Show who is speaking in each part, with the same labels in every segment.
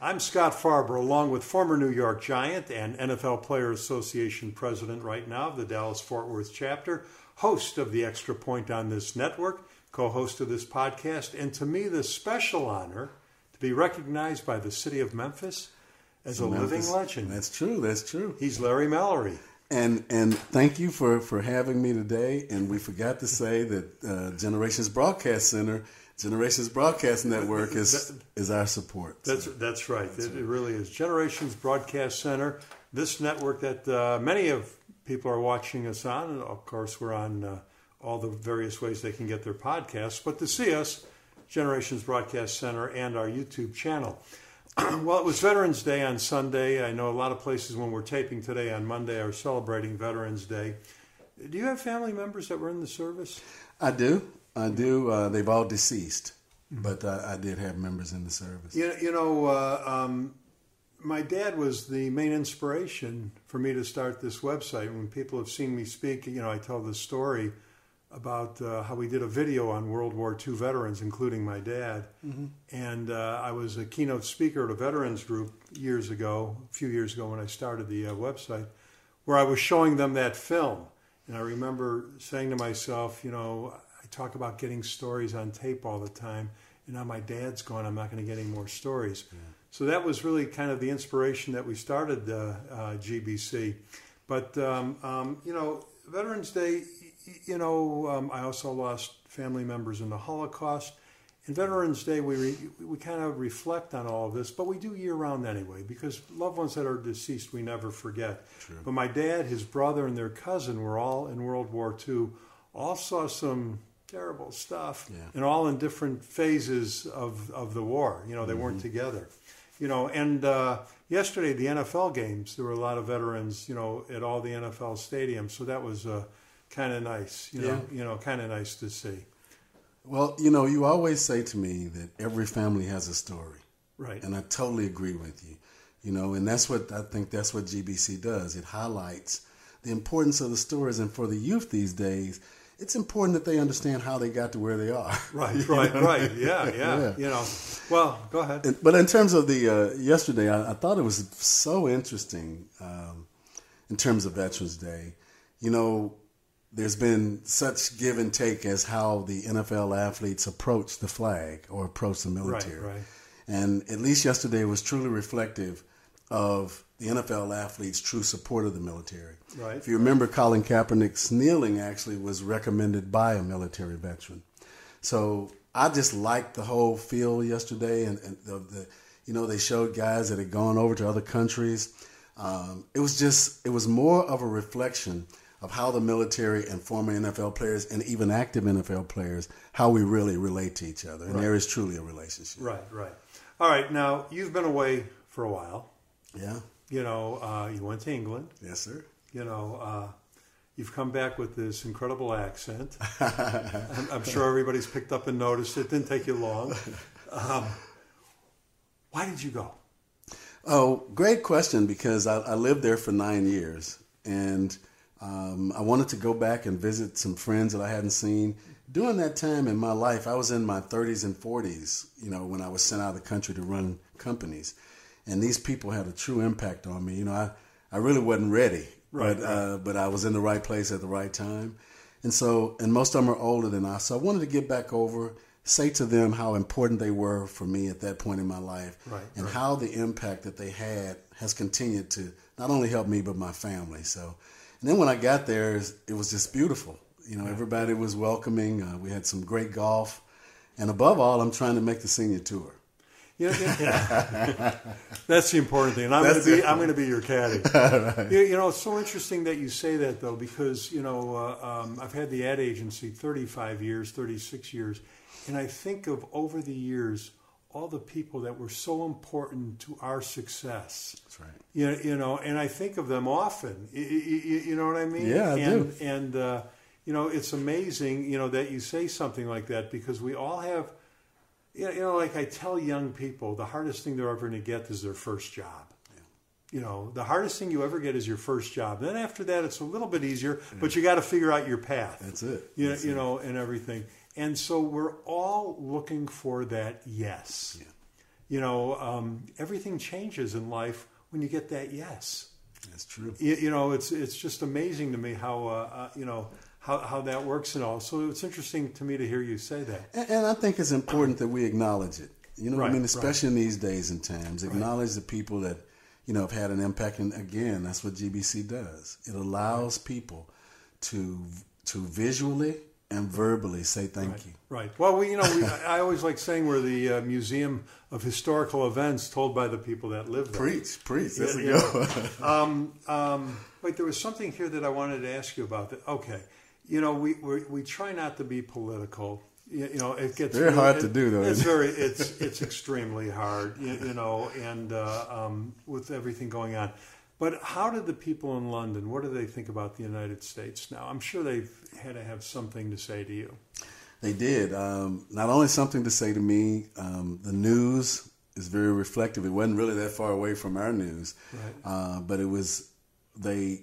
Speaker 1: I'm Scott Farber, along with former New York Giant and NFL Player Association president right now of the Dallas Fort Worth chapter, host of the Extra Point on this network, co host of this podcast, and to me, the special honor to be recognized by the city of Memphis as a
Speaker 2: Memphis.
Speaker 1: living legend.
Speaker 2: That's true. That's true.
Speaker 1: He's Larry Mallory.
Speaker 2: And and thank you for for having me today. And we forgot to say that uh, Generations Broadcast Center, Generations Broadcast Network is is our support.
Speaker 1: That's that's right. it, it really is. Generations Broadcast Center, this network that uh, many of people are watching us on, and of course we're on uh, all the various ways they can get their podcasts. But to see us, Generations Broadcast Center and our YouTube channel. well, it was Veterans Day on Sunday. I know a lot of places when we're taping today on Monday are celebrating Veterans Day. Do you have family members that were in the service?
Speaker 2: I do. I do. Uh, they've all deceased,
Speaker 1: Mm-hmm.
Speaker 2: but I, I did have members in the service.
Speaker 1: You, you know, uh, um, my dad was the main inspiration for me to start this website. When people have seen me speak, you know, I tell this story about uh, how we did a video on World War II veterans, including my dad. And uh, I was a keynote speaker at a veterans group years ago, a few years ago when I started the uh, website, where I was showing them that film. And I remember saying to myself, you know, I talk about getting stories on tape all the time, and now my dad's gone, I'm not going to get any more stories. So that was really kind of the inspiration that we started uh, uh, GBC. But, um, um, you know, Veterans Day, y- y- you know, um, I also lost family members in the Holocaust. And Veterans Day, we, re, we kind of reflect on all of this, but we do year round anyway, because loved ones that are deceased, we never forget. But my dad, his brother, and their cousin were all in World War II, all saw some terrible stuff,
Speaker 2: Yeah.
Speaker 1: and all in different phases of, of the war. You know, they weren't together. You know, and uh, yesterday, the NFL games, there were a lot of veterans, you know, at all the NFL stadiums, so that was uh, kind of nice, you know, you know kind of nice to see.
Speaker 2: Well, you know, you always say to me that every family has a story.
Speaker 1: Right.
Speaker 2: And I totally agree with you. You know, and that's what I think that's what GBC does. It highlights the importance of the stories and for the youth these days, it's important that they understand how they got to where they are.
Speaker 1: Right, right, right. Yeah, yeah,
Speaker 2: Yeah.
Speaker 1: You know, well, go ahead.
Speaker 2: And- but in terms of the uh, yesterday, I, I thought it was so interesting um, in terms of Veterans Day. You know, there's been such give and take as how the NFL athletes approach the flag or approach the military.
Speaker 1: right.
Speaker 2: And at least yesterday was truly reflective of the NFL athletes' true support of the military.
Speaker 1: Right.
Speaker 2: If you remember, Colin Kaepernick's kneeling actually was recommended by a military veteran. So I just liked the whole feel yesterday, and, and the, the you know they showed guys that had gone over to other countries. Um, it was just it was more of a reflection of how the military and former NFL players and even active NFL players how we really relate to each other, and there is truly a relationship.
Speaker 1: Right, right. All right. Now you've been away for a while.
Speaker 2: Yeah.
Speaker 1: You know, uh, you went to England.
Speaker 2: Yes, sir.
Speaker 1: You know, uh, you've come back with this incredible accent. I'm, I'm sure everybody's picked up and noticed. It didn't take you long. Um, why did you go?
Speaker 2: Oh, great question because I, I lived there for nine years and um, I wanted to go back and visit some friends that I hadn't seen. During that time in my life, I was in my 30s and 40s, you know, when I was sent out of the country to run companies. And these people had a true impact on me. You know, I, I really wasn't ready,
Speaker 1: Right,
Speaker 2: but, Uh, but I was in the right place at the right time. And so, and most of them are older than I. So I wanted to get back over, say to them how important they were for me at that point in my life
Speaker 1: Right,
Speaker 2: and how the impact that they had has continued to not only help me but my family. So, and then when I got there, it's- it was just beautiful. You know, everybody was welcoming. Uh, we had some great golf, and above all, I'm trying to make the senior tour.
Speaker 1: You know, yeah. That's the important thing. And I'm going to be I'm going to be your caddy. you, you know, it's so interesting that you say that though, because you know uh, um, I've had the ad agency 35 years, 36 years, and I think of over the years all the people that were so important to our success.
Speaker 2: That's right.
Speaker 1: You, you know, and I think of them often. You, you know what I mean?
Speaker 2: Yeah, I
Speaker 1: and, And uh, you know, it's amazing. You know that you say something like that because we all have. You know, you know, like I tell young people, the hardest thing they're ever going to get is their first job. You know, the hardest thing you ever get is your first job. Then after that, it's a little bit easier, but you got to figure out your path.
Speaker 2: That's it.
Speaker 1: You, you know, and everything. And so we're all looking for that yes. you know, um, everything changes in life when you get that yes.
Speaker 2: That's true.
Speaker 1: You, you know, it's it's just amazing to me how uh, uh, you know how how that works and all. So it's interesting to me to hear you say that.
Speaker 2: And, and I think it's important that we acknowledge it. You know what
Speaker 1: Right,
Speaker 2: I mean?
Speaker 1: right.
Speaker 2: Especially in these days and times, acknowledge the people that you know have had an impact. And again, that's what GBC does. It allows people to to visually and verbally say thank you.
Speaker 1: Right. Well, we, you know, we, I I always like saying we're the uh, museum of historical events told by the people that live there.
Speaker 2: Preach, preach. That's
Speaker 1: Yeah,
Speaker 2: a
Speaker 1: yeah.
Speaker 2: good one.
Speaker 1: Um, wait, there was something here that I wanted to ask you about. That okay, you know, we we, we try not to be political. You, you know, it gets
Speaker 2: very hard to do, though,
Speaker 1: It's
Speaker 2: isn't
Speaker 1: very it's it's extremely hard. You, you know, and uh, um, with everything going on. But how do the people in London? What do they think about the United States now? I'm sure they've had to have something to say to you.
Speaker 2: They did. Um, not only something to say to me, um, the news is very reflective. It wasn't really that far away from our news,
Speaker 1: Right.
Speaker 2: uh, but it was they.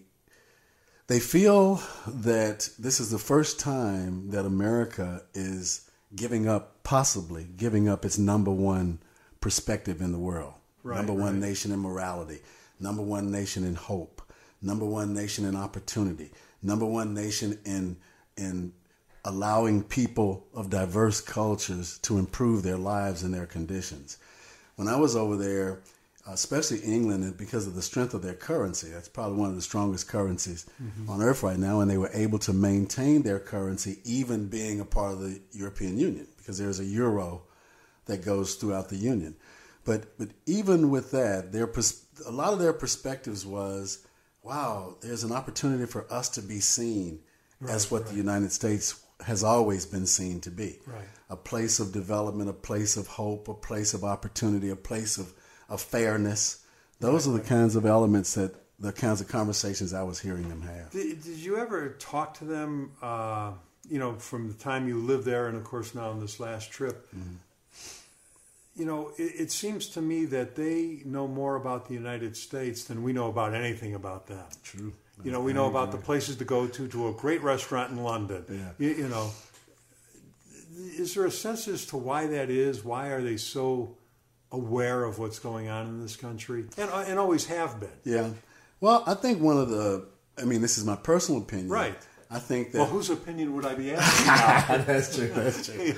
Speaker 2: They feel that this is the first time that America is giving up, possibly giving up its number one perspective in the world,
Speaker 1: Right,
Speaker 2: number one
Speaker 1: right.
Speaker 2: nation in morality, number one nation in hope, number one nation in opportunity, number one nation in in allowing people of diverse cultures to improve their lives and their conditions. When I was over there, especially England, and because of the strength of their currency, that's probably one of the strongest currencies on earth right now, and they were able to maintain their currency even being a part of the European Union because there's a euro that goes throughout the union. But but even with that, their pers- a lot of their perspectives was, wow, there's an opportunity for us to be seen as what the United States has always been seen to be,
Speaker 1: Right.
Speaker 2: a place of development, a place of hope, a place of opportunity, a place of of fairness. Those are the kinds of elements that the kinds of conversations I was hearing them have.
Speaker 1: Did, did you ever talk to them? Uh, you know, from the time you lived there, and of course now on this last trip.
Speaker 2: Mm-hmm.
Speaker 1: You know, it, it seems to me that they know more about the United States than we know about anything about them.
Speaker 2: True.
Speaker 1: You know, we know about the places to go to, to a great restaurant in London.
Speaker 2: Yeah.
Speaker 1: You, you know, is there a sense as to why that is? Why are they so aware of what's going on in this country, and uh, and always have been?
Speaker 2: Yeah. Well, I think one of the I mean, this is my personal opinion.
Speaker 1: Right.
Speaker 2: I think that
Speaker 1: Well, whose opinion would I be asking?
Speaker 2: that's true. That's true.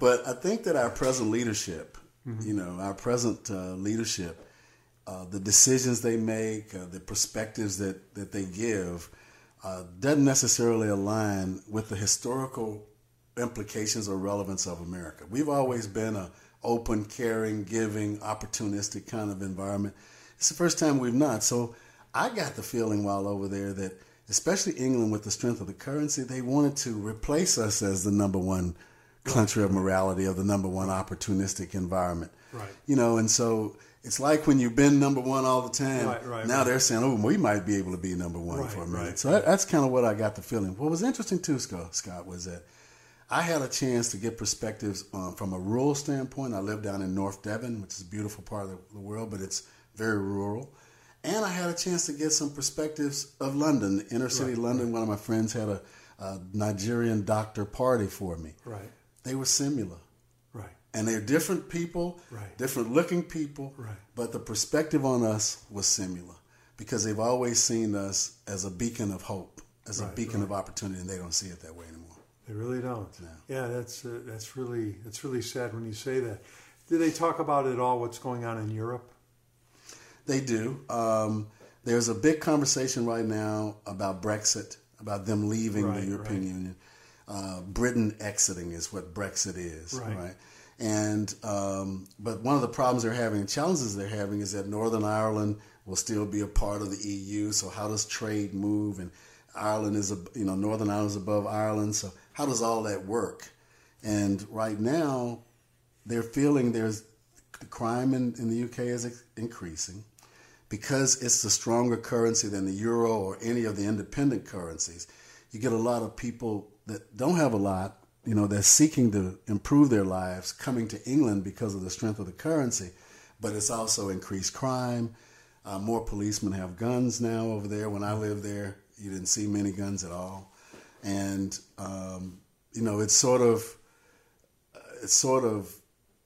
Speaker 2: but I think that our present leadership, you know, our present uh, leadership, uh, the decisions they make, uh, the perspectives that that they give, uh, doesn't necessarily align with the historical implications or relevance of America. We've always been a open, caring, giving, opportunistic kind of environment. It's the first time we've not. So I got the feeling while over there that, especially England, with the strength of the currency, they wanted to replace us as the number one country of morality or the number one opportunistic environment.
Speaker 1: Right.
Speaker 2: You know, and so it's like when you've been number one all the time.
Speaker 1: Right, right,
Speaker 2: now
Speaker 1: right.
Speaker 2: they're saying, "Oh, we might be able to be number one
Speaker 1: Right,
Speaker 2: for a minute."
Speaker 1: right.
Speaker 2: So that, that's kind of what I got the feeling. What was interesting too, Scott, Scott was that I had a chance to get perspectives um, from a rural standpoint. I live down in North Devon, which is a beautiful part of the, the world, but it's very rural. And I had a chance to get some perspectives of London, the inner city London. One of my friends had a, a Nigerian doctor party for me.
Speaker 1: Right,
Speaker 2: They were similar
Speaker 1: right.
Speaker 2: and they're different people,
Speaker 1: Right.
Speaker 2: different looking people,
Speaker 1: Right.
Speaker 2: but the perspective on us was similar because they've always seen us as a beacon of hope, as a
Speaker 1: Right,
Speaker 2: beacon of opportunity, and they don't see it that way anymore.
Speaker 1: They really don't. Yeah, that's uh, that's really that's really sad when you say that. Do they talk about at all what's going on in Europe?
Speaker 2: They do. Um, there's a big conversation right now about Brexit, about them leaving
Speaker 1: Right,
Speaker 2: the European
Speaker 1: right.
Speaker 2: Union. Uh, Britain exiting is what Brexit is,
Speaker 1: Right.
Speaker 2: right? And um, but one of the problems they're having, challenges they're having, is that Northern Ireland will still be a part of the EU. So how does trade move? And Ireland is, ab- you know, Northern Ireland is above Ireland. So how does all that work? And right now, they're feeling there's the crime in, in the UK is increasing because it's the stronger currency than the euro or any of the independent currencies. You get a lot of people that don't have a lot, you know, they're seeking to improve their lives coming to England because of the strength of the currency, but it's also increased crime. Uh, more policemen have guns now over there. When I lived there, you didn't see many guns at all. And, um, you know, it's sort of, it's sort of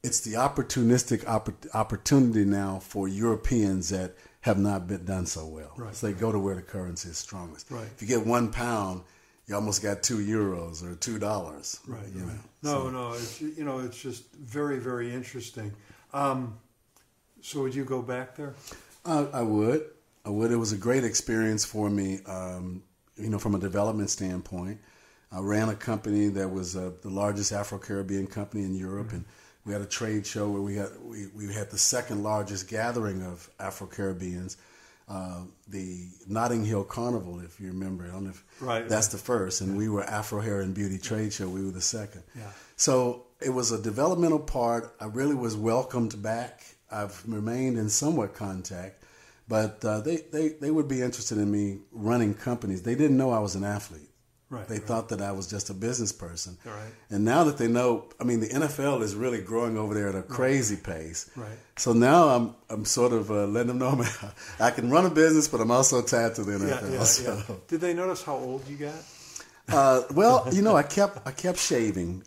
Speaker 2: it's the opportunistic oppor- opportunity now for Europeans that have not been done so well.
Speaker 1: Right.
Speaker 2: So they go to where the currency is strongest.
Speaker 1: Right.
Speaker 2: If you get one pound, you almost got two euros or two dollars.
Speaker 1: Right.
Speaker 2: You
Speaker 1: right.
Speaker 2: know.
Speaker 1: No, no. It's you know, it's just very, very interesting. Um, so would you go back there?
Speaker 2: Uh, I would. I would. It was a great experience for me, um, you know, from a development standpoint. I ran a company that was uh, the largest Afro Caribbean company in Europe, and we had a trade show where we had we, we had the second largest gathering of Afro Caribbeans, uh, the Notting Hill Carnival, if you remember. I don't know if
Speaker 1: Right,
Speaker 2: that's the first, and we were Afro Hair and Beauty Trade Show. We were the second.
Speaker 1: Yeah.
Speaker 2: So it was a developmental part. I really was welcomed back. I've remained in somewhat contact, but uh, they, they, they would be interested in me running companies. They didn't know I was an athlete.
Speaker 1: Right,
Speaker 2: They
Speaker 1: right.
Speaker 2: thought that I was just a business person.
Speaker 1: All right.
Speaker 2: And now that they know, I mean, the NFL is really growing over there at a crazy pace.
Speaker 1: Right.
Speaker 2: So now I'm I'm sort of uh, letting them know I'm, I can run a business, but I'm also tied to the NFL.
Speaker 1: Yeah, yeah,
Speaker 2: so.
Speaker 1: yeah. Did they notice how old you got?
Speaker 2: Uh, well, you know, I kept I kept shaving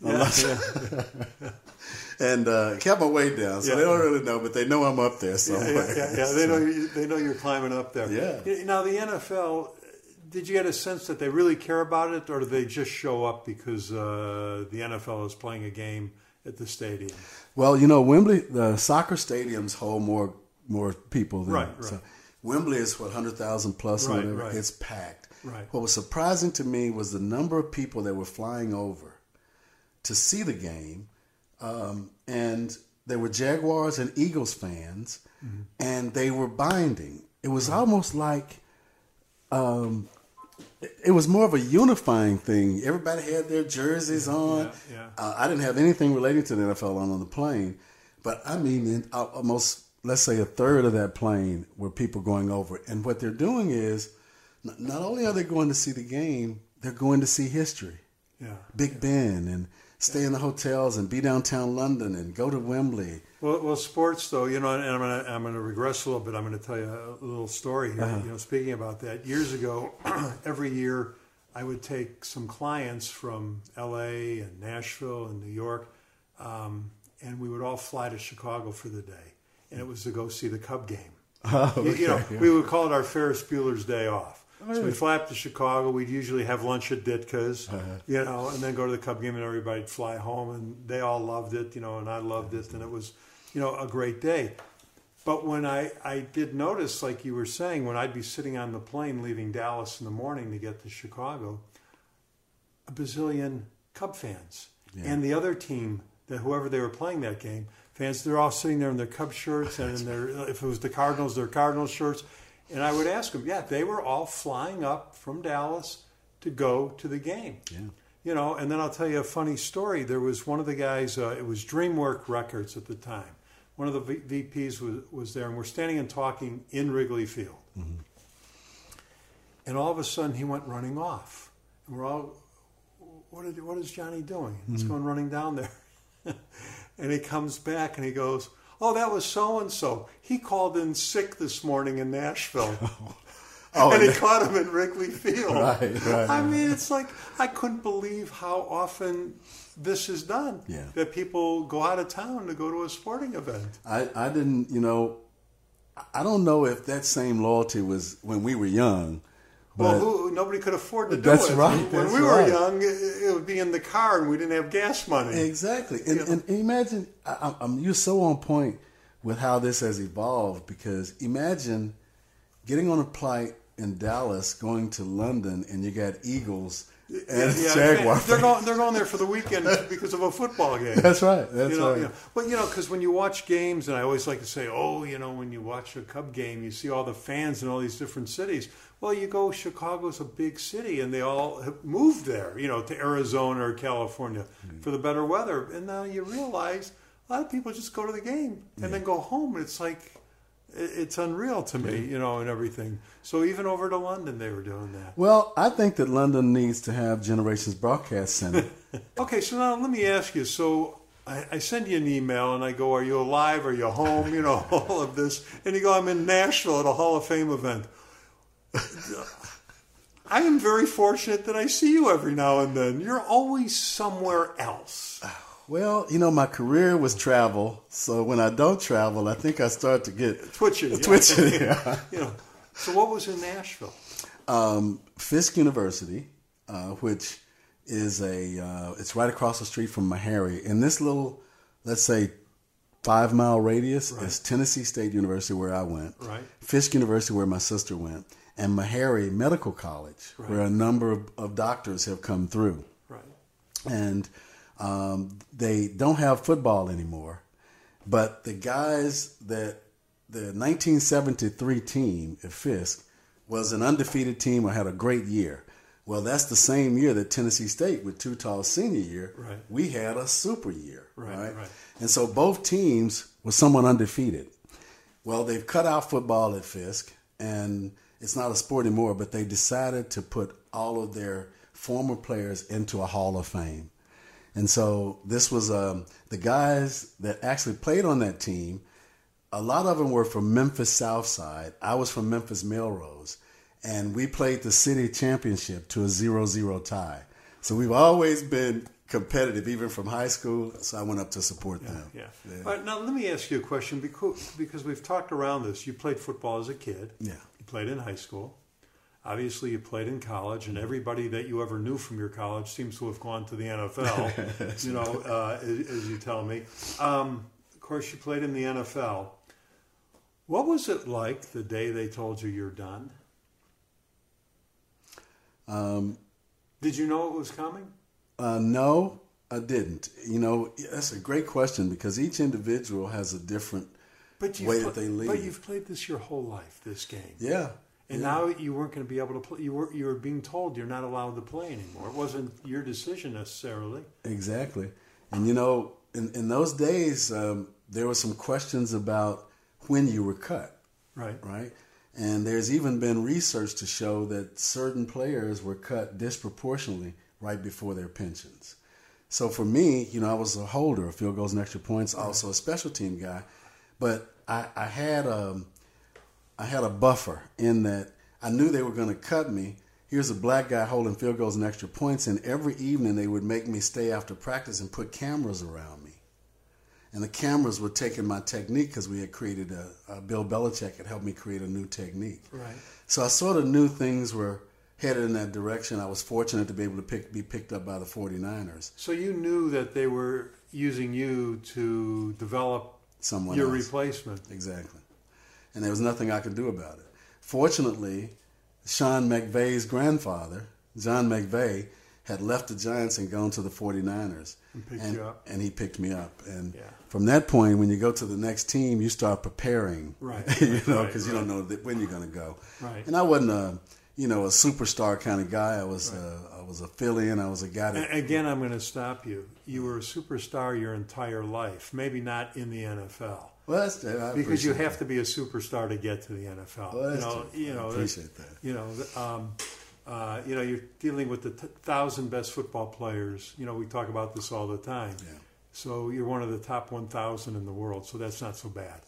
Speaker 2: and uh, kept my weight down, so
Speaker 1: Yeah.
Speaker 2: they don't really know, but they know I'm up there somewhere.
Speaker 1: yeah, yeah, yeah. They know you, they know you're climbing up there.
Speaker 2: Yeah.
Speaker 1: Y- Now the NFL, did you get a sense that they really care about it, or do they just show up because uh, the NFL is playing a game at the stadium?
Speaker 2: Well, you know, Wembley, the soccer stadiums hold more more people than
Speaker 1: Right, right.
Speaker 2: so Wembley is what hundred thousand plus or
Speaker 1: Right,
Speaker 2: whatever.
Speaker 1: right.
Speaker 2: It's packed.
Speaker 1: Right.
Speaker 2: What was surprising to me was the number of people that were flying over to see the game, um, and they were Jaguars and Eagles fans,
Speaker 1: Mm-hmm.
Speaker 2: and they were binding. It was almost like um, it was more of a unifying thing. Everybody had their jerseys on.
Speaker 1: yeah.
Speaker 2: Uh, I didn't have anything relating to the NFL on on the plane, but I mean, in al- almost let's say a third of that plane were people going over. And what they're doing is, n- not only are they going to see the game, they're going to see history.
Speaker 1: Yeah.
Speaker 2: Big Ben and stay in the hotels and be downtown London and go to Wembley.
Speaker 1: Well, well, sports though, you know, and I'm gonna I'm gonna regress a little bit. I'm gonna tell you a little story here. You know, speaking about that, years ago, every year I would take some clients from L.A. and Nashville and New York, um, and we would all fly to Chicago for the day, and it was to go see the Cub game. You- you, know, we would call it our Ferris Bueller's Day Off. So we'd fly up to Chicago. We'd usually have lunch at Ditka's, you know, and then go to the Cub game, and everybody'd fly home, and they all loved it, you know, and I loved it, and it was, you know, a great day. But when I, I did notice, like you were saying, when I'd be sitting on the plane leaving Dallas in the morning to get to Chicago, a bazillion Cub fans and the other team that whoever they were playing that game fans they're all sitting there in their Cub shirts and in their if it was the Cardinals their Cardinals shirts and I would ask them yeah they were all flying up from Dallas to go to the game yeah you know and then I'll tell you a funny story there was one of the guys uh, it was DreamWork Records at the time one of the v- VPs was, was there and we're standing and talking in Wrigley Field and all of a sudden he went running off and we're all what, did, what is Johnny doing?
Speaker 2: Hmm.
Speaker 1: He's going running down there. and he comes back and he goes, Oh, that was so and so. He called in sick this morning in Nashville.
Speaker 2: Oh,
Speaker 1: and he
Speaker 2: and-
Speaker 1: caught him in Wrigley Field.
Speaker 2: Right, right.
Speaker 1: I mean, it's like, I couldn't believe how often this is done.
Speaker 2: Yeah.
Speaker 1: That people go out of town to go to a sporting event.
Speaker 2: I, I didn't, you know, I- I don't know if that same loyalty was when we were young.
Speaker 1: Well,
Speaker 2: but-
Speaker 1: who, nobody could afford to do
Speaker 2: That's
Speaker 1: it.
Speaker 2: right,
Speaker 1: When
Speaker 2: that's
Speaker 1: we
Speaker 2: right.
Speaker 1: were young, it, it would be in the car and we didn't have gas money.
Speaker 2: Exactly, and, and imagine I, I'm- I'm, you're so on point with how this has evolved because imagine getting on a flight in Dallas, going to London, and you got Eagles and
Speaker 1: Yeah,
Speaker 2: Jaguar.
Speaker 1: They're
Speaker 2: fans.
Speaker 1: going, they're going there for the weekend because of a football game.
Speaker 2: That's right. That's
Speaker 1: you know,
Speaker 2: right.
Speaker 1: you know. Well, you know, because when you watch games, and I always like to say, oh, you know, when you watch a Cub game, you see all the fans in all these different cities. Well, you go, Chicago's a big city, and they all have moved there, you know, to Arizona or California for the better weather. And now you realize a lot of people just go to the game and then go home, and it's like, i- it's unreal to me, you know, and everything. So even over to London, they were doing that.
Speaker 2: Well, I think that London needs to have Generations Broadcast Center.
Speaker 1: Okay, so now let me ask you. So I, I send you an email and I go, "Are you alive? Are you home?" You know, all of this, and you go, "I'm in Nashville at a Hall of Fame event." I am very fortunate that I see you every now and then. You're always somewhere else.
Speaker 2: Well, you know, my career was travel, so when I don't travel, I think I start to get
Speaker 1: Twitching. yeah.
Speaker 2: twitchy. Yeah.
Speaker 1: you know. So what was in Nashville?
Speaker 2: um, Fisk University, uh, which is a uh, it's right across the street from Meharry. In this little, let's say, five mile radius is Tennessee State University, where I went.
Speaker 1: Right.
Speaker 2: Fisk University, where my sister went, and Meharry Medical College, where a number of, of doctors have come through
Speaker 1: Right.
Speaker 2: and um, they don't have football anymore. But the guys that the 1973 team at Fisk was an undefeated team or had a great year. Well, that's the same year that Tennessee State, with Tutal's senior year,
Speaker 1: Right.
Speaker 2: we had a super year.
Speaker 1: Right, right.
Speaker 2: And so both teams were somewhat undefeated. Well, they've cut out football at Fisk, and it's not a sport anymore, but they decided to put all of their former players into a Hall of Fame. And so this was um, the guys that actually played on that team. A lot of them were from Memphis Southside. I was from Memphis Melrose. And we played the city championship to a 0 0 tie. So we've always been competitive, even from high school. So I went up to support them.
Speaker 1: Yeah. All right, now let me ask you a question because because we've talked around this. You played football as a kid.
Speaker 2: Yeah.
Speaker 1: You played in high school. Obviously, you played in college,
Speaker 2: Mm-hmm.
Speaker 1: and everybody that you ever knew from your college seems to have gone to the NFL. you know, uh, as, as you tell me. Um, of course, you played in the NFL. What was it like the day they told you you're done?
Speaker 2: Um,
Speaker 1: Did you know it was coming?
Speaker 2: Uh, no, I didn't. You know, that's a great question because each individual has a different.
Speaker 1: But you
Speaker 2: way that they
Speaker 1: But
Speaker 2: leave.
Speaker 1: you've played this your whole life, this game.
Speaker 2: Yeah.
Speaker 1: And now you weren't going to be able to play. You were you were being told you're not allowed to play anymore. It wasn't your decision necessarily.
Speaker 2: Exactly. And you know, in, in those days, um, there were some questions about when you were cut,
Speaker 1: Right.
Speaker 2: right? And there's even been research to show that certain players were cut disproportionately right before their pensions. So for me, you know, I was a holder of field goals and extra points, also a special team guy, but I, I had um, I had a buffer in that I knew they were going to cut me. Here's a black guy holding field goals and extra points, and every evening they would make me stay after practice and put cameras around me. And the cameras were taking my technique because we had created a, a Bill Belichick had helped me create a new technique.
Speaker 1: Right.
Speaker 2: So I sort of knew things were headed in that direction. I was fortunate to be able to pick, be picked up by the 49ers.
Speaker 1: So you knew that they were using you to develop
Speaker 2: Someone
Speaker 1: your
Speaker 2: else.
Speaker 1: replacement.
Speaker 2: Exactly. And there was nothing I could do about it. Fortunately, Sean McVay's grandfather, John McVay, had left the Giants and gone to the 49ers. And
Speaker 1: picked you up.
Speaker 2: And he picked me up. And
Speaker 1: Yeah.
Speaker 2: from that point, when you go to the next team, you start preparing.
Speaker 1: Right,
Speaker 2: you
Speaker 1: right,
Speaker 2: know,
Speaker 1: right,
Speaker 2: because you don't know that when you're going to go.
Speaker 1: Right.
Speaker 2: And I wasn't a, you know, a superstar kind of guy. I was, uh, I was a fill-in. I was a guy that
Speaker 1: A- Again, I'm going to stop you. You were a superstar your entire life. Maybe not in the NFL
Speaker 2: well, that's, I
Speaker 1: because you
Speaker 2: appreciate
Speaker 1: have to be a superstar to get to the NFL.
Speaker 2: Well,
Speaker 1: you
Speaker 2: that's
Speaker 1: know,
Speaker 2: true.
Speaker 1: you
Speaker 2: I
Speaker 1: know, that's-
Speaker 2: appreciate that.
Speaker 1: you know, th- um, uh, you know, you're dealing with the t- thousand best football players. You know, we talk about this all the time.
Speaker 2: Yeah.
Speaker 1: So you're one of the top 1,000 in the world. So that's not so bad.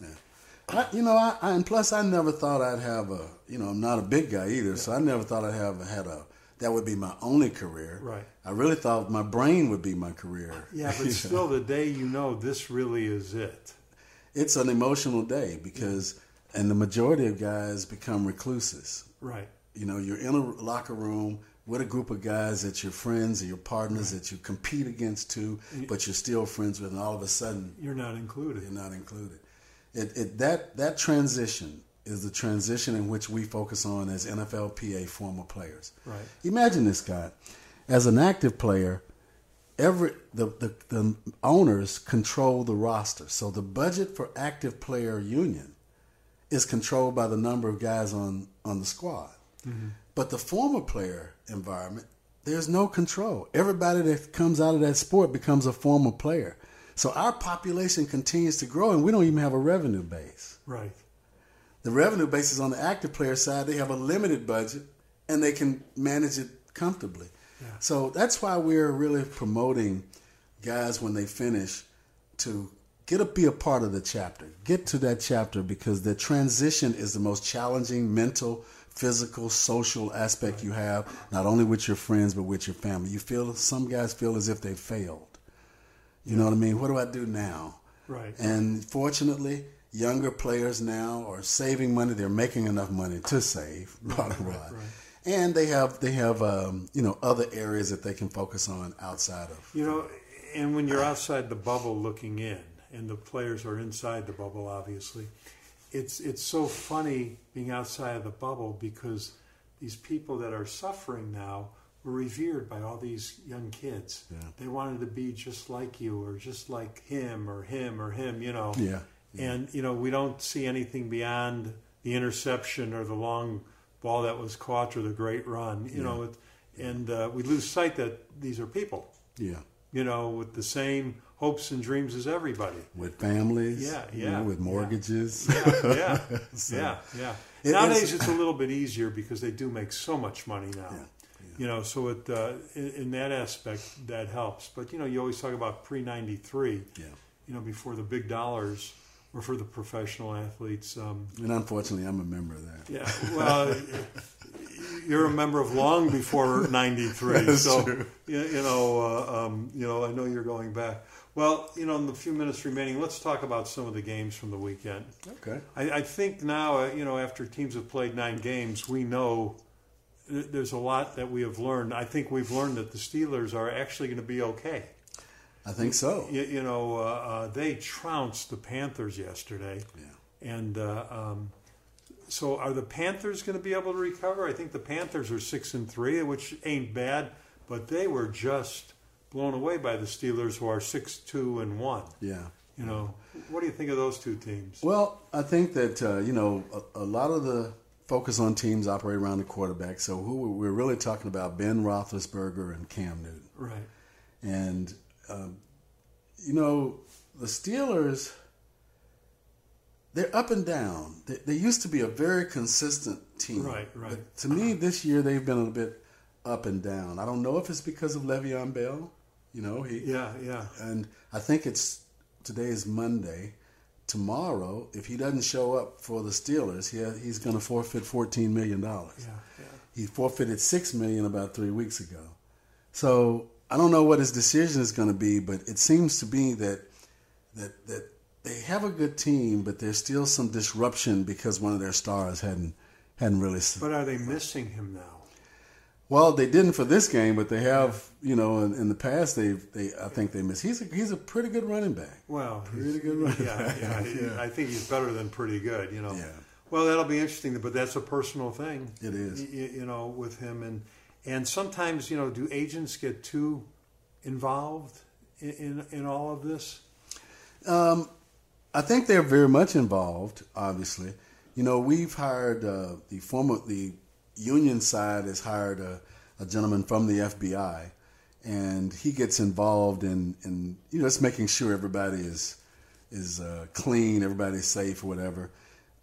Speaker 2: I, you know, I, I, and plus, I never thought I'd have a. You know, I'm not a big guy either, so I never thought I'd have had a. That would be my only career.
Speaker 1: Right.
Speaker 2: I really thought my brain would be my career.
Speaker 1: Yeah, but still, the day you know this really is it.
Speaker 2: It's an emotional day because, and the majority of guys become recluses.
Speaker 1: Right.
Speaker 2: You know, you're in a locker room with a group of guys that you're friends or your partners that you compete against too, but you're still friends with, and all of a sudden
Speaker 1: You're not included.
Speaker 2: you're not included. It, it, that, that transition is the transition in which we focus on as NFLPA former players.
Speaker 1: Right.
Speaker 2: Imagine this, Scott. As an active player, every the, the, the owners control the roster. So the budget for active player union is controlled by the number of guys on, on the squad. But the former player environment, there's no control. Everybody that comes out of that sport becomes a former player. So our population continues to grow, and we don't even have a revenue base.
Speaker 1: Right.
Speaker 2: The revenue base is on the active player side. They have a limited budget, and they can manage it comfortably.
Speaker 1: Yeah.
Speaker 2: So that's why we're really promoting guys when they finish to get a, be a part of the chapter. Get to that chapter because the transition is the most challenging mental, physical, social aspect you have, not only with your friends but with your family. You feel some guys feel as if they failed. You know what I mean? What do I do now?
Speaker 1: Right.
Speaker 2: And fortunately, younger players now are saving money. They're making enough money to save, bottom line. And they have they have um, you know other areas that they can focus on outside of.
Speaker 1: You know, and when you're outside the bubble looking in, and the players are inside the bubble, obviously, it's it's so funny being outside of the bubble because these people that are suffering now were revered by all these young kids.
Speaker 2: Yeah.
Speaker 1: They wanted to be just like you, or just like him, or him, or him. You know.
Speaker 2: Yeah.
Speaker 1: And you know, we don't see anything beyond the interception or the long ball that was caught or the great run. You know, it, and uh, we lose sight that these are people
Speaker 2: Yeah.
Speaker 1: you know, with the same hopes and dreams as everybody.
Speaker 2: With families.
Speaker 1: Yeah,
Speaker 2: you
Speaker 1: yeah,
Speaker 2: know, with
Speaker 1: yeah.
Speaker 2: mortgages.
Speaker 1: Yeah, yeah, yeah.
Speaker 2: It
Speaker 1: Nowadays,
Speaker 2: is-
Speaker 1: it's a little bit easier because they do make so much money now. You know, so it uh, in, in that aspect that helps. But you know, you always talk about pre ninety three.
Speaker 2: yeah.
Speaker 1: You know, before the big dollars were for the professional athletes. Um,
Speaker 2: And unfortunately, I'm a member of that.
Speaker 1: yeah, well, you're a member of long before '93,
Speaker 2: That's
Speaker 1: so
Speaker 2: true.
Speaker 1: you, you know, uh, um, you know, I know you're going back. Well, you know, in the few minutes remaining, let's talk about some of the games from the weekend.
Speaker 2: Okay.
Speaker 1: I, I think now, uh, you know, after teams have played nine games, we know th- there's a lot that we have learned. I think we've learned that the Steelers are actually going to be okay.
Speaker 2: I think so.
Speaker 1: You, you know, uh, uh, they trounced the Panthers yesterday.
Speaker 2: Yeah.
Speaker 1: And uh, um, so, are the Panthers going to be able to recover? I think the Panthers are six and three, which ain't bad, but they were just blown away by the Steelers, who are six two and one.
Speaker 2: Yeah.
Speaker 1: You know, what do you think of those two teams?
Speaker 2: Well, I think that uh, you know a, a lot of the focus on teams operate around the quarterback. So who we're really talking about Ben Roethlisberger and Cam Newton,
Speaker 1: Right.
Speaker 2: and um, you know the Steelers. They're up and down. They, they used to be a very consistent team.
Speaker 1: Right, right.
Speaker 2: But to me, this year they've been a little bit up and down. I don't know if it's because of Le'Veon Bell. You know, he
Speaker 1: Yeah, yeah,
Speaker 2: and I think it's today is Monday. Tomorrow, if he doesn't show up for the Steelers, he, he's going to forfeit fourteen million dollars.
Speaker 1: yeah, yeah.
Speaker 2: He forfeited six million about three weeks ago. So I don't know what his decision is going to be, but it seems to be that that that they have a good team, but there's still some disruption because one of their stars hadn't hadn't really. s-
Speaker 1: But are they missing him now?
Speaker 2: well, they didn't for this game, but they have you know in, in the past they've they I think they missed. He's a, he's a pretty good running back.
Speaker 1: Well,
Speaker 2: Pretty
Speaker 1: he's-
Speaker 2: good running
Speaker 1: Yeah,
Speaker 2: back.
Speaker 1: yeah,
Speaker 2: Yeah.
Speaker 1: I think he's better than pretty good. You know.
Speaker 2: Yeah.
Speaker 1: Well, that'll be interesting, but that's a personal thing.
Speaker 2: It is.
Speaker 1: y- y- You, know, with him and and sometimes you know, do agents get too involved in in, in all of this?
Speaker 2: I think they're very much involved. Obviously, you know we've hired uh, the former the union side has hired a, a gentleman from the FBI, and he gets involved in in you know just making sure everybody is is uh, clean, everybody's safe, or whatever.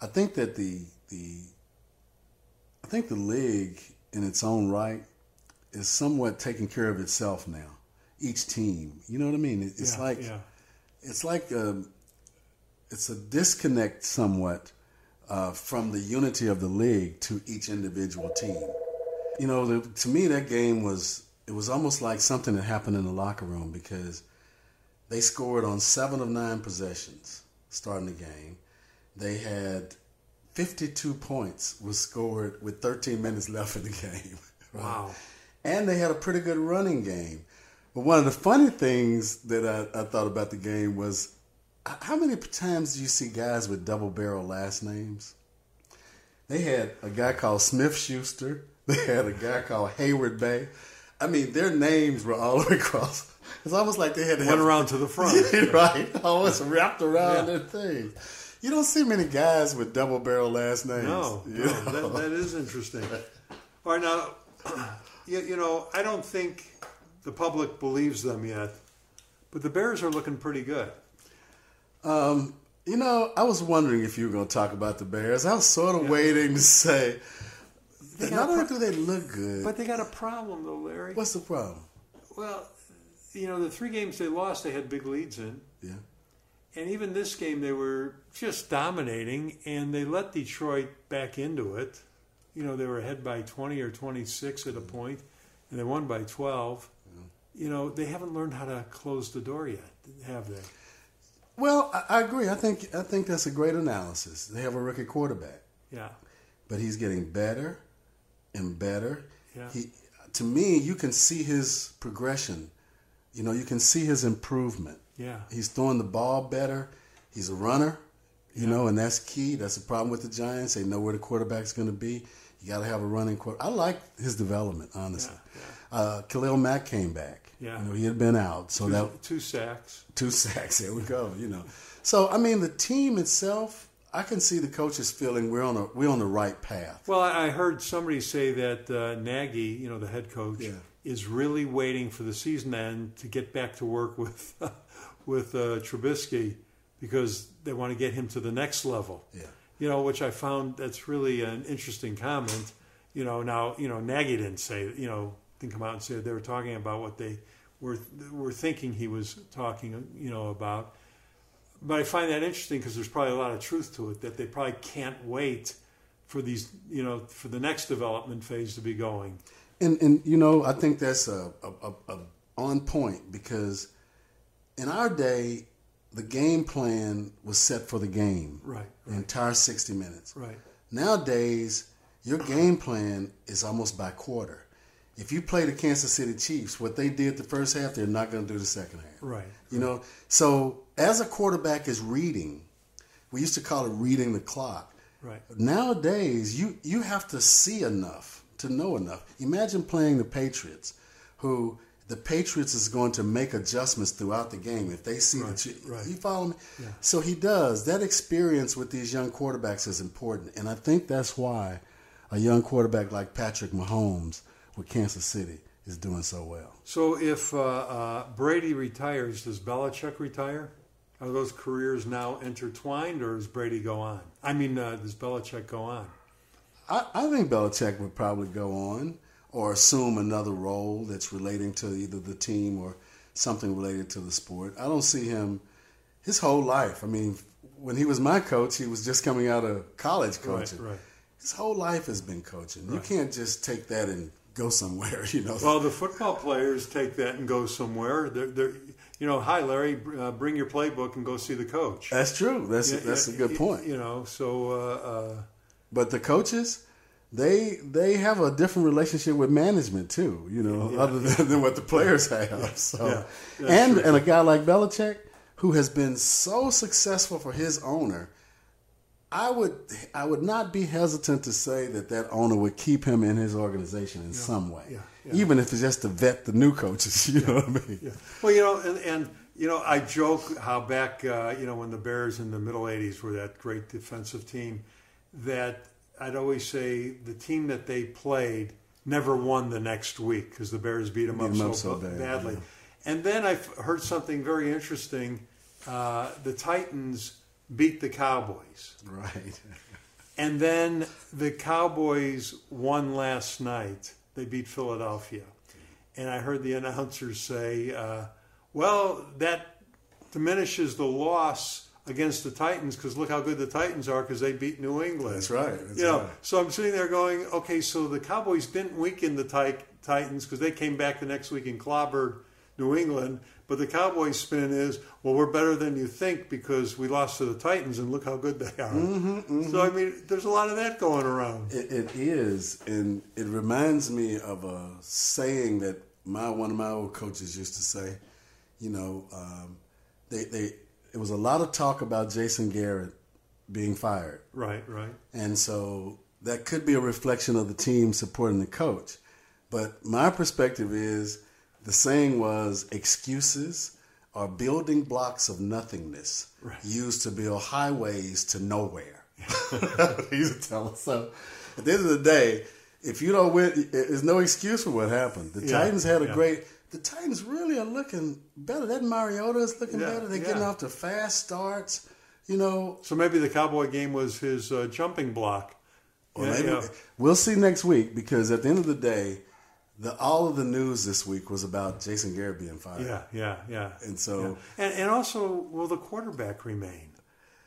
Speaker 2: I think that the the I think the league in its own right is somewhat taking care of itself now. Each team, you know what I mean? It- It's
Speaker 1: Yeah,
Speaker 2: like
Speaker 1: yeah,
Speaker 2: it's like a, it's a disconnect somewhat uh, from the unity of the league to each individual team. You know, the, to me, that game was it was almost like something that happened in the locker room because they scored on seven of nine possessions starting the game. They had 52 points was scored with 13 minutes left in the game. right?
Speaker 1: Wow.
Speaker 2: And they had a pretty good running game. But one of the funny things that I, I thought about the game was h- how many times do you see guys with double barrel last names? They had a guy called Smith Schuster. They had a guy called Hayward Bay. I mean, their names were all across. It's almost like they had to have
Speaker 1: went around to the front.
Speaker 2: right? Always wrapped around
Speaker 1: Yeah.
Speaker 2: their thing. You don't see many guys with double barrel last names.
Speaker 1: No, no,
Speaker 2: you know?
Speaker 1: that, that is interesting. All right, now, you, you know, I don't think the public believes them yet, but the Bears are looking pretty good.
Speaker 2: You know, I was wondering if you were going to talk about the Bears. I was sort of waiting to say, not only do they look good,
Speaker 1: But they got a problem though, Larry.
Speaker 2: what's the problem?
Speaker 1: Well, you know, the three games they lost, they had big leads in.
Speaker 2: Yeah,
Speaker 1: And even this game, they were just dominating, and they let Detroit back into it. You know, they were ahead by 20 or 26 at a point, and they won by 12. you know, they haven't learned how to close the door yet, have they?
Speaker 2: Well, I, I agree. I think I think that's a great analysis. They have a rookie quarterback,
Speaker 1: Yeah,
Speaker 2: but he's getting better and better.
Speaker 1: Yeah.
Speaker 2: He, to me, you can see his progression. You know, you can see his improvement.
Speaker 1: yeah,
Speaker 2: He's throwing the ball better. He's a runner, you know, and that's key. That's the problem with the Giants. They know where the quarterback's going to be. You got to have a running quarter. I like his development, honestly. Uh, Khalil Mack came back.
Speaker 1: Yeah.
Speaker 2: You know, he had been out, so that
Speaker 1: two sacks.
Speaker 2: two sacks. There we go. You know, so I mean, the team itself, I can see the coaches feeling we're on a we're on the right path.
Speaker 1: Well, I I heard somebody say that uh, Nagy, you know, the head coach,
Speaker 2: Yeah.
Speaker 1: is really waiting for the season end to get back to work with with uh, Trubisky because they want to get him to the next level.
Speaker 2: Yeah.
Speaker 1: You know, which I found that's really an interesting comment. You know, now you know Nagy didn't say you know didn't come out and say they were talking about what they were were thinking he was talking you know about. But I find that interesting because there's probably a lot of truth to it that they probably can't wait for these you know for the next development phase to be going.
Speaker 2: And and you know, I think that's a, a, a, a on point because in our day, the game plan was set for the game,
Speaker 1: Right.
Speaker 2: the entire sixty minutes.
Speaker 1: Right.
Speaker 2: Nowadays, your game plan is almost by quarter. If you play the Kansas City Chiefs, what they did the first half, they're not going to do the second half.
Speaker 1: Right.
Speaker 2: You know, so as a quarterback is reading, we used to call it reading the clock.
Speaker 1: Right.
Speaker 2: Nowadays, you you have to see enough to know enough. Imagine playing the Patriots, who the Patriots is going to make adjustments throughout the game if they see that you,
Speaker 1: right.
Speaker 2: you follow me.
Speaker 1: Yeah.
Speaker 2: So he does. That experience with these young quarterbacks is important, and I think that's why a young quarterback like Patrick Mahomes with Kansas City is doing so well.
Speaker 1: So if uh, uh, Brady retires, does Belichick retire? Are those careers now intertwined, or does Brady go on? I mean, uh, does Belichick go on?
Speaker 2: I, I think Belichick would probably go on or assume another role that's relating to either the team or something related to the sport. I don't see him his whole life. I mean, when he was my coach, he was just coming out of college coaching.
Speaker 1: right.
Speaker 2: His whole life has been coaching. You can't just take that and go somewhere, you know.
Speaker 1: Well, the football players take that and go somewhere. They're, they're, you know, hi Larry, br- uh, bring your playbook and go see the coach.
Speaker 2: that's true. That's that's a good point.
Speaker 1: You know, so uh, uh,
Speaker 2: But the coaches, they they have a different relationship with management too. You know, other than, than what the players have. So,
Speaker 1: Yeah. That's
Speaker 2: and and a guy like Belichick, who has been so successful for his owner, I would I would not be hesitant to say that that owner would keep him in his organization in some way,
Speaker 1: Yeah. Yeah.
Speaker 2: even if it's just to vet the new coaches. You know what I mean?
Speaker 1: Well, you know, and, and you know, I joke how back, uh, you know, when the Bears in the middle '80s were that great defensive team, that I'd always say the team that they played never won the next week because the Bears beat them, up,
Speaker 2: 'em up
Speaker 1: so,
Speaker 2: so
Speaker 1: ba-
Speaker 2: bad,
Speaker 1: badly.
Speaker 2: yeah.
Speaker 1: And then I f- heard something very interesting: uh, the Titans beat the Cowboys.
Speaker 2: Right.
Speaker 1: And then the Cowboys won last night. They beat Philadelphia. And I heard the announcers say, uh, well, that diminishes the loss against the Titans because look how good the Titans are because they beat New England.
Speaker 2: That's right. That's
Speaker 1: you know,
Speaker 2: right.
Speaker 1: so I'm sitting there going, okay, so the Cowboys didn't weaken the tit- Titans because they came back the next week and clobbered New England. But the Cowboys' spin is, well, we're better than you think because we lost to the Titans and look how good they are.
Speaker 2: Mm-hmm.
Speaker 1: So I mean, there's a lot of that going around.
Speaker 2: It, it is, and it reminds me of a saying that my one of my old coaches used to say. You know, um, they they it was a lot of talk about Jason Garrett being fired,
Speaker 1: Right, right,
Speaker 2: and so that could be a reflection of the team supporting the coach. But my perspective is the saying was excuses are building blocks of nothingness used to build highways to nowhere. he used to tell us so. At the end of the day, if you don't win, i- there's no excuse for what happened. The
Speaker 1: Yeah,
Speaker 2: Titans had a
Speaker 1: yeah.
Speaker 2: great. The Titans really are looking better. That Mariota is looking
Speaker 1: Yeah,
Speaker 2: better. They're
Speaker 1: yeah.
Speaker 2: getting off to fast starts. You know,
Speaker 1: So maybe the Cowboy game was his uh, jumping block.
Speaker 2: Well,
Speaker 1: Yeah,
Speaker 2: maybe-
Speaker 1: yeah.
Speaker 2: We'll see next week because at the end of the day, the all of the news this week was about Jason Garrett being fired.
Speaker 1: Yeah, yeah, yeah.
Speaker 2: And so-
Speaker 1: yeah. and and also, will the quarterback remain?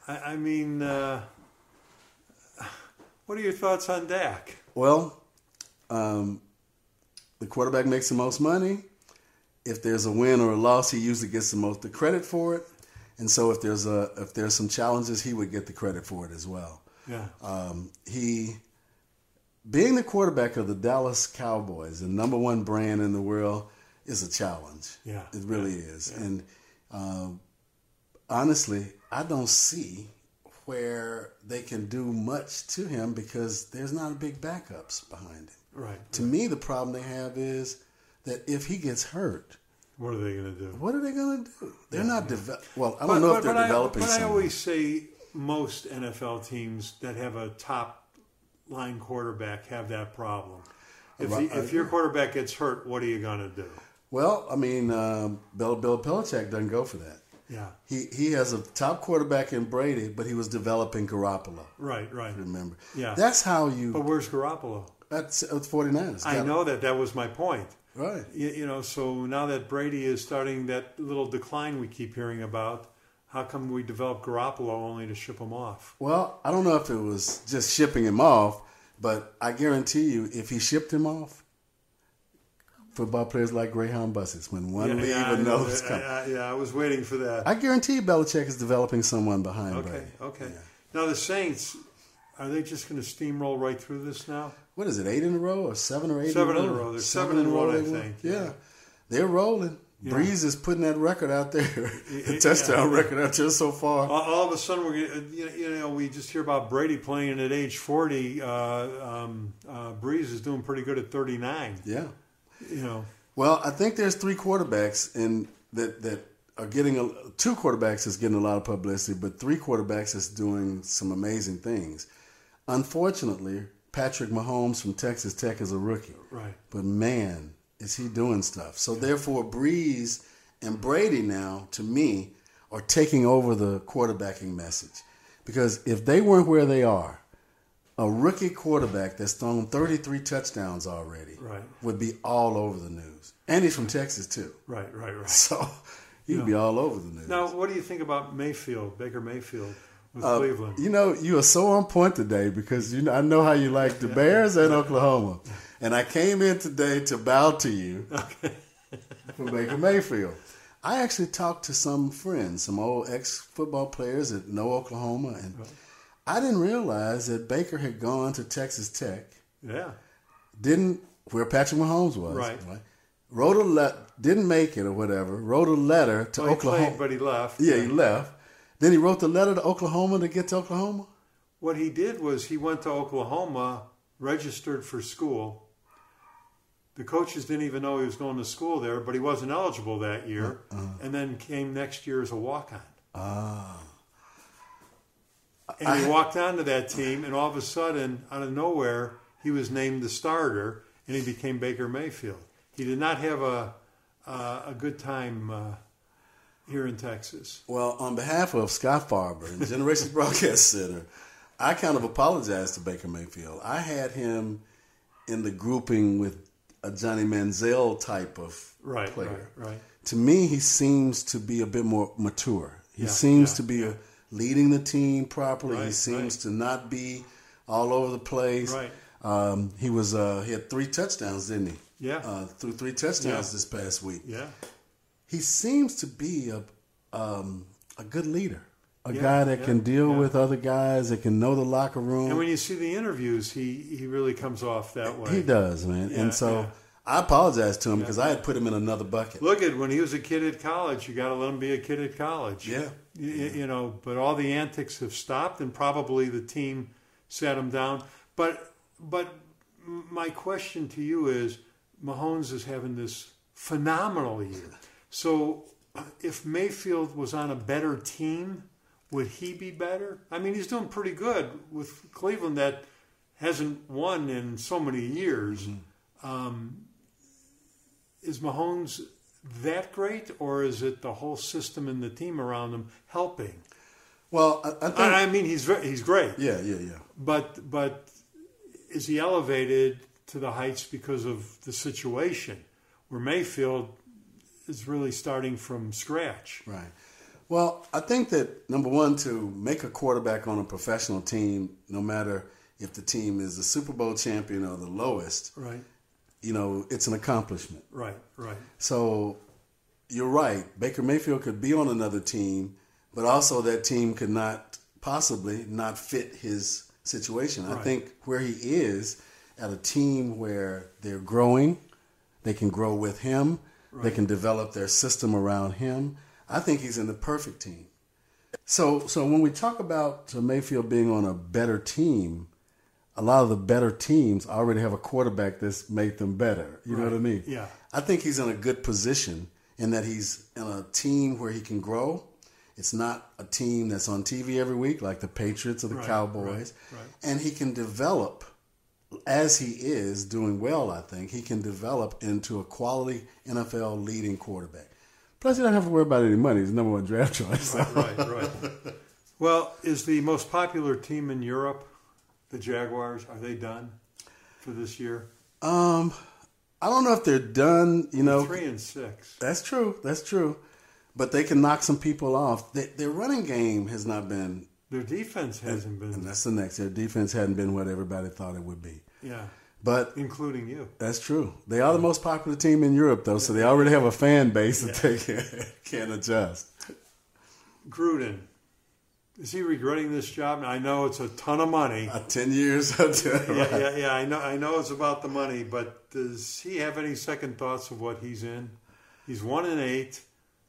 Speaker 1: I, I mean, uh, what are your thoughts on Dak?
Speaker 2: Well, um, the quarterback makes the most money. if there's a win or a loss, he usually gets the most the credit for it. And so if there's a if there's some challenges, he would get the credit for it as well.
Speaker 1: Yeah.
Speaker 2: Um, he being the quarterback of the Dallas Cowboys, the number one brand in the world, is a challenge.
Speaker 1: Yeah.
Speaker 2: It really is. And um, honestly, I don't see where they can do much to him because there's not big backups behind him.
Speaker 1: Right.
Speaker 2: To me, the problem they have is that if he gets hurt,
Speaker 1: What are they going to do?
Speaker 2: what are they going to do? They're not develop. Well, I don't know if they're developing.
Speaker 1: I, but I
Speaker 2: someone.
Speaker 1: always say most NFL teams that have a top line quarterback have that problem. If,
Speaker 2: Right,
Speaker 1: the-
Speaker 2: I
Speaker 1: if your quarterback gets hurt, what are you going to do?
Speaker 2: Well, I mean, um, Bill, Bill Belichick doesn't go for that.
Speaker 1: Yeah.
Speaker 2: He he has a top quarterback in Brady, but he was developing Garoppolo.
Speaker 1: Right, right.
Speaker 2: Remember?
Speaker 1: Yeah.
Speaker 2: That's how
Speaker 1: But
Speaker 2: you.
Speaker 1: where's Garoppolo?
Speaker 2: That's it's 49ers.
Speaker 1: I know that. That was my point.
Speaker 2: Right.
Speaker 1: You, you know, so now that Brady is starting that little decline we keep hearing about, how come we develop Garoppolo only to ship him off?
Speaker 2: Well, I don't know if it was just shipping him off, but I guarantee you, if he shipped him off, football players like Greyhound buses when one leaves
Speaker 1: yeah, I know
Speaker 2: another's
Speaker 1: that.
Speaker 2: coming.
Speaker 1: I- I- yeah, I was waiting for that.
Speaker 2: I guarantee Belichick is developing someone behind
Speaker 1: okay,
Speaker 2: Brady.
Speaker 1: okay. Now the Saints, are they just going to steamroll right through this now?
Speaker 2: What is it? Eight in a row or seven or eight?
Speaker 1: Seven
Speaker 2: in a row.
Speaker 1: They're seven and one, I
Speaker 2: they won.
Speaker 1: think,
Speaker 2: Yeah.
Speaker 1: yeah.
Speaker 2: they're rolling. Breeze is putting that record out there, the
Speaker 1: yeah.
Speaker 2: touchdown record out there so far.
Speaker 1: All, all of a sudden, we're gonna, you know- you know we just hear about Brady playing at age forty. Uh, um, uh, Breeze is doing pretty good at thirty nine.
Speaker 2: Yeah.
Speaker 1: You know,
Speaker 2: Well, I think there's three quarterbacks in that that are getting a, two quarterbacks is getting a lot of publicity, but three quarterbacks is doing some amazing things. Unfortunately, Patrick Mahomes from Texas Tech is a rookie.
Speaker 1: right?
Speaker 2: But man, is he doing stuff. So therefore, Breeze and Brady now, to me, are taking over the quarterbacking message. Because if they weren't where they are, a rookie quarterback that's thrown 33 touchdowns already
Speaker 1: Right.
Speaker 2: would be all over the news. And he's from Texas, too.
Speaker 1: Right, right, right.
Speaker 2: So he'd be all over the news.
Speaker 1: Now, what do you think about Mayfield, Baker Mayfield with Cleveland?
Speaker 2: You know, you are so on point today because you know I know how you like the Bears and Oklahoma, and I came in today to bow to you for Baker Mayfield. I actually talked to some friends, some old ex-football players that know Oklahoma, and I didn't realize that Baker had gone to Texas Tech,
Speaker 1: Yeah,
Speaker 2: didn't where Patrick Mahomes was,
Speaker 1: Right.
Speaker 2: Wrote a letter, didn't make it or whatever. Wrote a letter to
Speaker 1: Well, he
Speaker 2: Oklahoma.
Speaker 1: played, but he left.
Speaker 2: yeah, he left. Then he wrote the letter to Oklahoma to get to Oklahoma.
Speaker 1: What he did was he went to Oklahoma, registered for school. The coaches didn't even know he was going to school there, but he wasn't eligible that year, and then came next year as a walk-on.
Speaker 2: Uh-uh. Ah,
Speaker 1: And he walked onto that team, and all of a sudden, out of nowhere, he was named the starter, and he became Baker Mayfield. He did not have a uh, a good time uh, here in Texas.
Speaker 2: well, on behalf of Scott Farber and Generations Broadcast Center, I kind of apologize to Baker Mayfield. I had him in the grouping with a Johnny Manziel type of
Speaker 1: Right,
Speaker 2: player.
Speaker 1: right, right.
Speaker 2: To me, he seems to be a bit more mature. He
Speaker 1: Yeah,
Speaker 2: seems
Speaker 1: yeah,
Speaker 2: to be leading the team properly. he
Speaker 1: Right,
Speaker 2: seems to not be all over the place.
Speaker 1: Right.
Speaker 2: Um, he was uh, he had three touchdowns, didn't he?
Speaker 1: Yeah.
Speaker 2: Uh, threw three
Speaker 1: Yeah.
Speaker 2: touchdowns this past week.
Speaker 1: Yeah,
Speaker 2: he seems to be a um, a good leader, a
Speaker 1: Yeah,
Speaker 2: guy that
Speaker 1: yeah,
Speaker 2: can deal
Speaker 1: yeah.
Speaker 2: with other guys, that can know the locker room.
Speaker 1: and when you see the interviews, he he really comes off that way.
Speaker 2: he does, man.
Speaker 1: Yeah,
Speaker 2: and so
Speaker 1: yeah.
Speaker 2: I apologize to him because I had put him in another bucket.
Speaker 1: Look at when he was a kid at college. You got to let him be a kid at college.
Speaker 2: Yeah.
Speaker 1: You, you know, but all the antics have stopped, and probably the team sat him down. But but m- my question to you is, Mahomes is having this phenomenal year. So if Mayfield was on a better team, would he be better? I mean, he's doing pretty good with Cleveland that hasn't won in so many years
Speaker 2: Mm-hmm.
Speaker 1: is Mahomes that great, or is it the whole system and the team around him helping?
Speaker 2: Well, I, I think,
Speaker 1: I, I mean, he's very, he's great,
Speaker 2: yeah, yeah, yeah.
Speaker 1: but but is he elevated to the heights because of the situation where Mayfield is really starting from scratch?
Speaker 2: Right. Well, I think that number one, to make a quarterback on a professional team, no matter if the team is the Super Bowl champion or the lowest,
Speaker 1: Right,
Speaker 2: you know, it's an accomplishment.
Speaker 1: right, right.
Speaker 2: So you're right. Baker Mayfield could be on another team, but also that team could not possibly not fit his situation. I
Speaker 1: Right.
Speaker 2: think where he is at a team where they're growing, they can grow with him, they can develop their system around him. I think he's in the perfect team. So, so when we talk about Mayfield being on a better team, a lot of the better teams already have a quarterback that's made them better. You know what I mean?
Speaker 1: Yeah.
Speaker 2: I think he's in a good position in that he's in a team where he can grow. It's not a team that's on TV every week like the Patriots or the
Speaker 1: Right,
Speaker 2: Cowboys.
Speaker 1: right, right.
Speaker 2: And he can develop as he is doing well, I think. He can develop into a quality NFL leading quarterback. Plus, you don't have to worry about any money. He's the number one draft choice. so.
Speaker 1: right, right. Well, is the most popular team in Europe the Jaguars? Are they done for this year?
Speaker 2: Um, I don't know if they're done, you know.
Speaker 1: Three and six.
Speaker 2: That's true. That's true. But they can knock some people off. They, their running game has not been,
Speaker 1: Their defense hasn't
Speaker 2: and
Speaker 1: been.
Speaker 2: that's the next. Their defense hadn't been what everybody thought it would be.
Speaker 1: Yeah,
Speaker 2: But
Speaker 1: including you.
Speaker 2: that's true. They are the most popular team in Europe, though, so they already have a fan base that they can, can adjust.
Speaker 1: Gruden. Is he regretting this job? I know it's a ton of money.
Speaker 2: Uh, Ten years. up to-
Speaker 1: Yeah, yeah, yeah. I know. I know it's about the money, but does he have any second thoughts of what he's in? He's one and eight.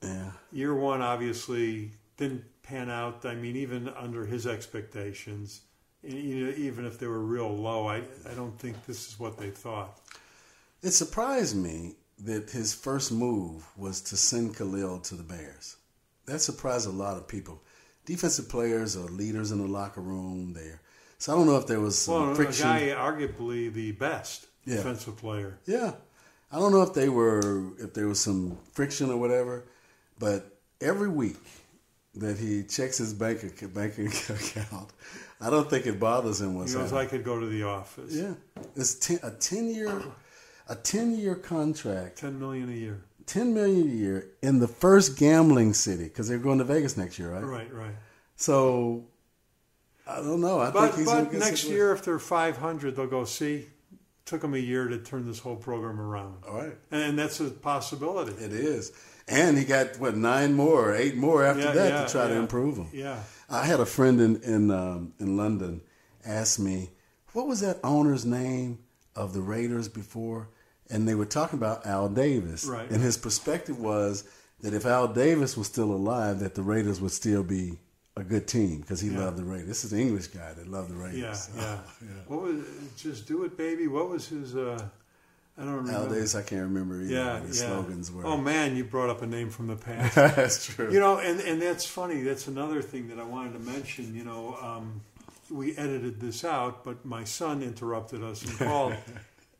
Speaker 2: yeah.
Speaker 1: Year one obviously didn't pan out. I mean, even under his expectations, and you know, even if they were real low, I I don't think this is what they thought.
Speaker 2: It surprised me that his first move was to send Khalil to the Bears. That surprised a lot of people. Defensive players are leaders in the locker room there. So I don't know if there was some
Speaker 1: Well, a
Speaker 2: friction.
Speaker 1: guy arguably the best
Speaker 2: Yeah.
Speaker 1: defensive player.
Speaker 2: Yeah. I don't know if they were if there was some friction or whatever, but every week that he checks his bank ac- bank account, I don't think it bothers him
Speaker 1: He
Speaker 2: whatsoever.
Speaker 1: goes, I could go to the office.
Speaker 2: yeah. It's ten, a 10 year a 10 year contract,
Speaker 1: Ten million a year.
Speaker 2: 10 million a year in the first gambling city cuz they're going to Vegas next year, right?
Speaker 1: Right, right.
Speaker 2: So I don't know. I think
Speaker 1: But,
Speaker 2: he's in a
Speaker 1: but
Speaker 2: good
Speaker 1: next
Speaker 2: situation.
Speaker 1: year, if they're 500, they'll go, see, took them a year to turn this whole program around.
Speaker 2: All right.
Speaker 1: And that's a possibility.
Speaker 2: It is. And he got what nine more or eight more after
Speaker 1: Yeah,
Speaker 2: that
Speaker 1: yeah,
Speaker 2: to try to
Speaker 1: yeah.
Speaker 2: improve him.
Speaker 1: Yeah.
Speaker 2: I had a friend in in um, in London ask me what was that owner's name of the Raiders before, and they were talking about Al Davis,
Speaker 1: Right.
Speaker 2: and his perspective was that if Al Davis was still alive, that the Raiders would still be a good team because he loved the Raiders. This is an English guy that loved the Raiders.
Speaker 1: Yeah, yeah. What was just do it, baby? What was his? Uh, I don't remember.
Speaker 2: Al Davis, I can't remember either
Speaker 1: yeah,
Speaker 2: what
Speaker 1: yeah.
Speaker 2: his slogans were.
Speaker 1: Oh man, you brought up a name from the past.
Speaker 2: That's true.
Speaker 1: you know, and and that's funny. That's another thing that I wanted to mention. You know, um, we edited this out, but my son interrupted us and called,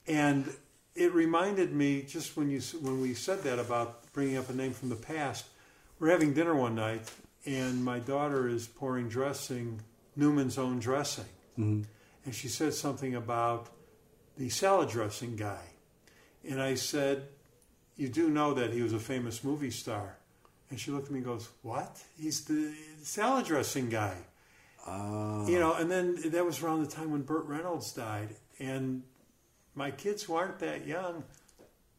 Speaker 1: and it reminded me just when you s- when we said that about bringing up a name from the past. We're having dinner one night, and my daughter is pouring dressing, Newman's own dressing, and she said something about the salad dressing guy, and I said, "You do know that he was a famous movie star." And she looked at me and goes, What? He's the salad dressing guy.
Speaker 2: Ah,
Speaker 1: You know, and then that was around the time when Burt Reynolds died. And my kids who aren't that young,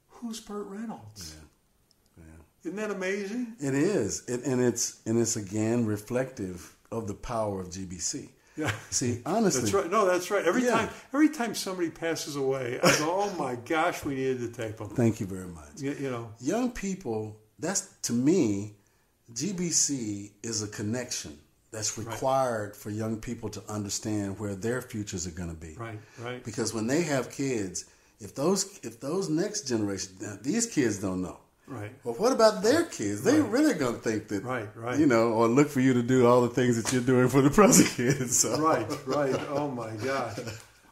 Speaker 1: who's Burt Reynolds?
Speaker 2: yeah.
Speaker 1: Isn't that amazing?
Speaker 2: It is, it, and it's and it's again reflective of the power of GBC.
Speaker 1: Yeah.
Speaker 2: See, honestly,
Speaker 1: That's right. No, that's right. Every
Speaker 2: Yeah.
Speaker 1: time every time somebody passes away, I go, Oh my gosh, we needed to tape him.
Speaker 2: thank you very much.
Speaker 1: You, you know.
Speaker 2: Young people, that's to me, GBC is a connection that's required for young people to understand where their futures are going to be.
Speaker 1: Right, right.
Speaker 2: Because when they have kids, if those if those next generation, now, these kids don't know.
Speaker 1: Right.
Speaker 2: Well, what about their kids? They really gonna think that,
Speaker 1: Right, right.
Speaker 2: You know, or look for you to do all the things that you're doing for the present kids. So.
Speaker 1: Right, right. Oh my gosh.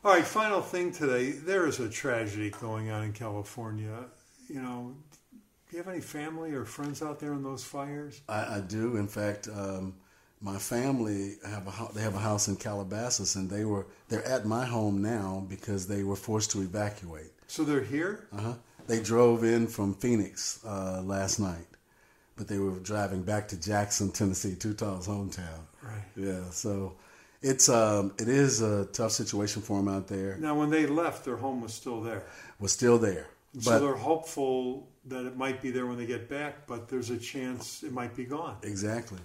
Speaker 1: All right, final thing today. There is a tragedy going on in California. You know, do you have any family or friends out there in those fires?
Speaker 2: I, I do. In fact, um, my family have a hou- they have a house in Calabasas, and they were they're at my home now because they were forced to evacuate.
Speaker 1: So they're here?
Speaker 2: Uh-huh. They drove in from Phoenix uh, last night, but they were driving back to Jackson, Tennessee, Tutal's hometown.
Speaker 1: Right.
Speaker 2: Yeah, so it's um, it is a tough situation for them out there.
Speaker 1: Now, when they left, their home was still there.
Speaker 2: We're still there.
Speaker 1: so they're hopeful that it might be there when they get back, but there's a chance it might be gone.
Speaker 2: Exactly.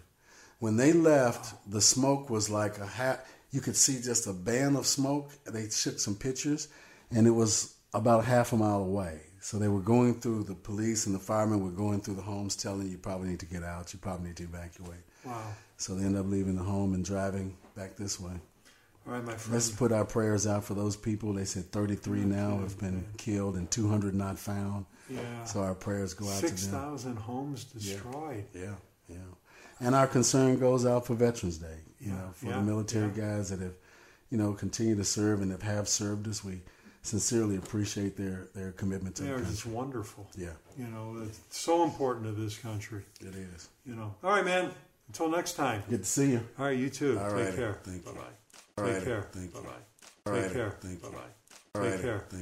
Speaker 2: When they left, the smoke was like a hat. You could see just a band of smoke. They took some pictures, and it was about half a mile away. So they were going through. The police and the firemen were going through the homes, telling you probably need to get out. You probably need to evacuate.
Speaker 1: Wow.
Speaker 2: So they end up leaving the home and driving back this way.
Speaker 1: All right, my friend.
Speaker 2: Let's put our prayers out for those people. They said 33 now have been killed and 200 not found.
Speaker 1: Yeah.
Speaker 2: So our prayers go out
Speaker 1: Six
Speaker 2: to them.
Speaker 1: thousand homes destroyed.
Speaker 2: Yeah, yeah. And our concern goes out for Veterans Day. You
Speaker 1: Yeah,
Speaker 2: know, for
Speaker 1: yeah,
Speaker 2: the military
Speaker 1: yeah.
Speaker 2: guys that have, you know, continue to serve and have, have served us. We sincerely appreciate their their commitment to
Speaker 1: They
Speaker 2: the
Speaker 1: are
Speaker 2: country.
Speaker 1: just wonderful.
Speaker 2: Yeah,
Speaker 1: You know, it's so important to this country.
Speaker 2: it is.
Speaker 1: You know. All right, man. Until next time.
Speaker 2: Good to see you.
Speaker 1: All right, you too.
Speaker 2: All
Speaker 1: Take
Speaker 2: righty.
Speaker 1: care.
Speaker 2: Thank you.
Speaker 1: Bye bye.
Speaker 2: All
Speaker 1: Take
Speaker 2: righty.
Speaker 1: care.
Speaker 2: Thank you.
Speaker 1: Bye
Speaker 2: All
Speaker 1: bye. Take
Speaker 2: righty.
Speaker 1: care.
Speaker 2: Thank you.
Speaker 1: Bye bye.
Speaker 2: All
Speaker 1: Take care.
Speaker 2: righty. Thank you.
Speaker 1: Take care.
Speaker 2: Thank you.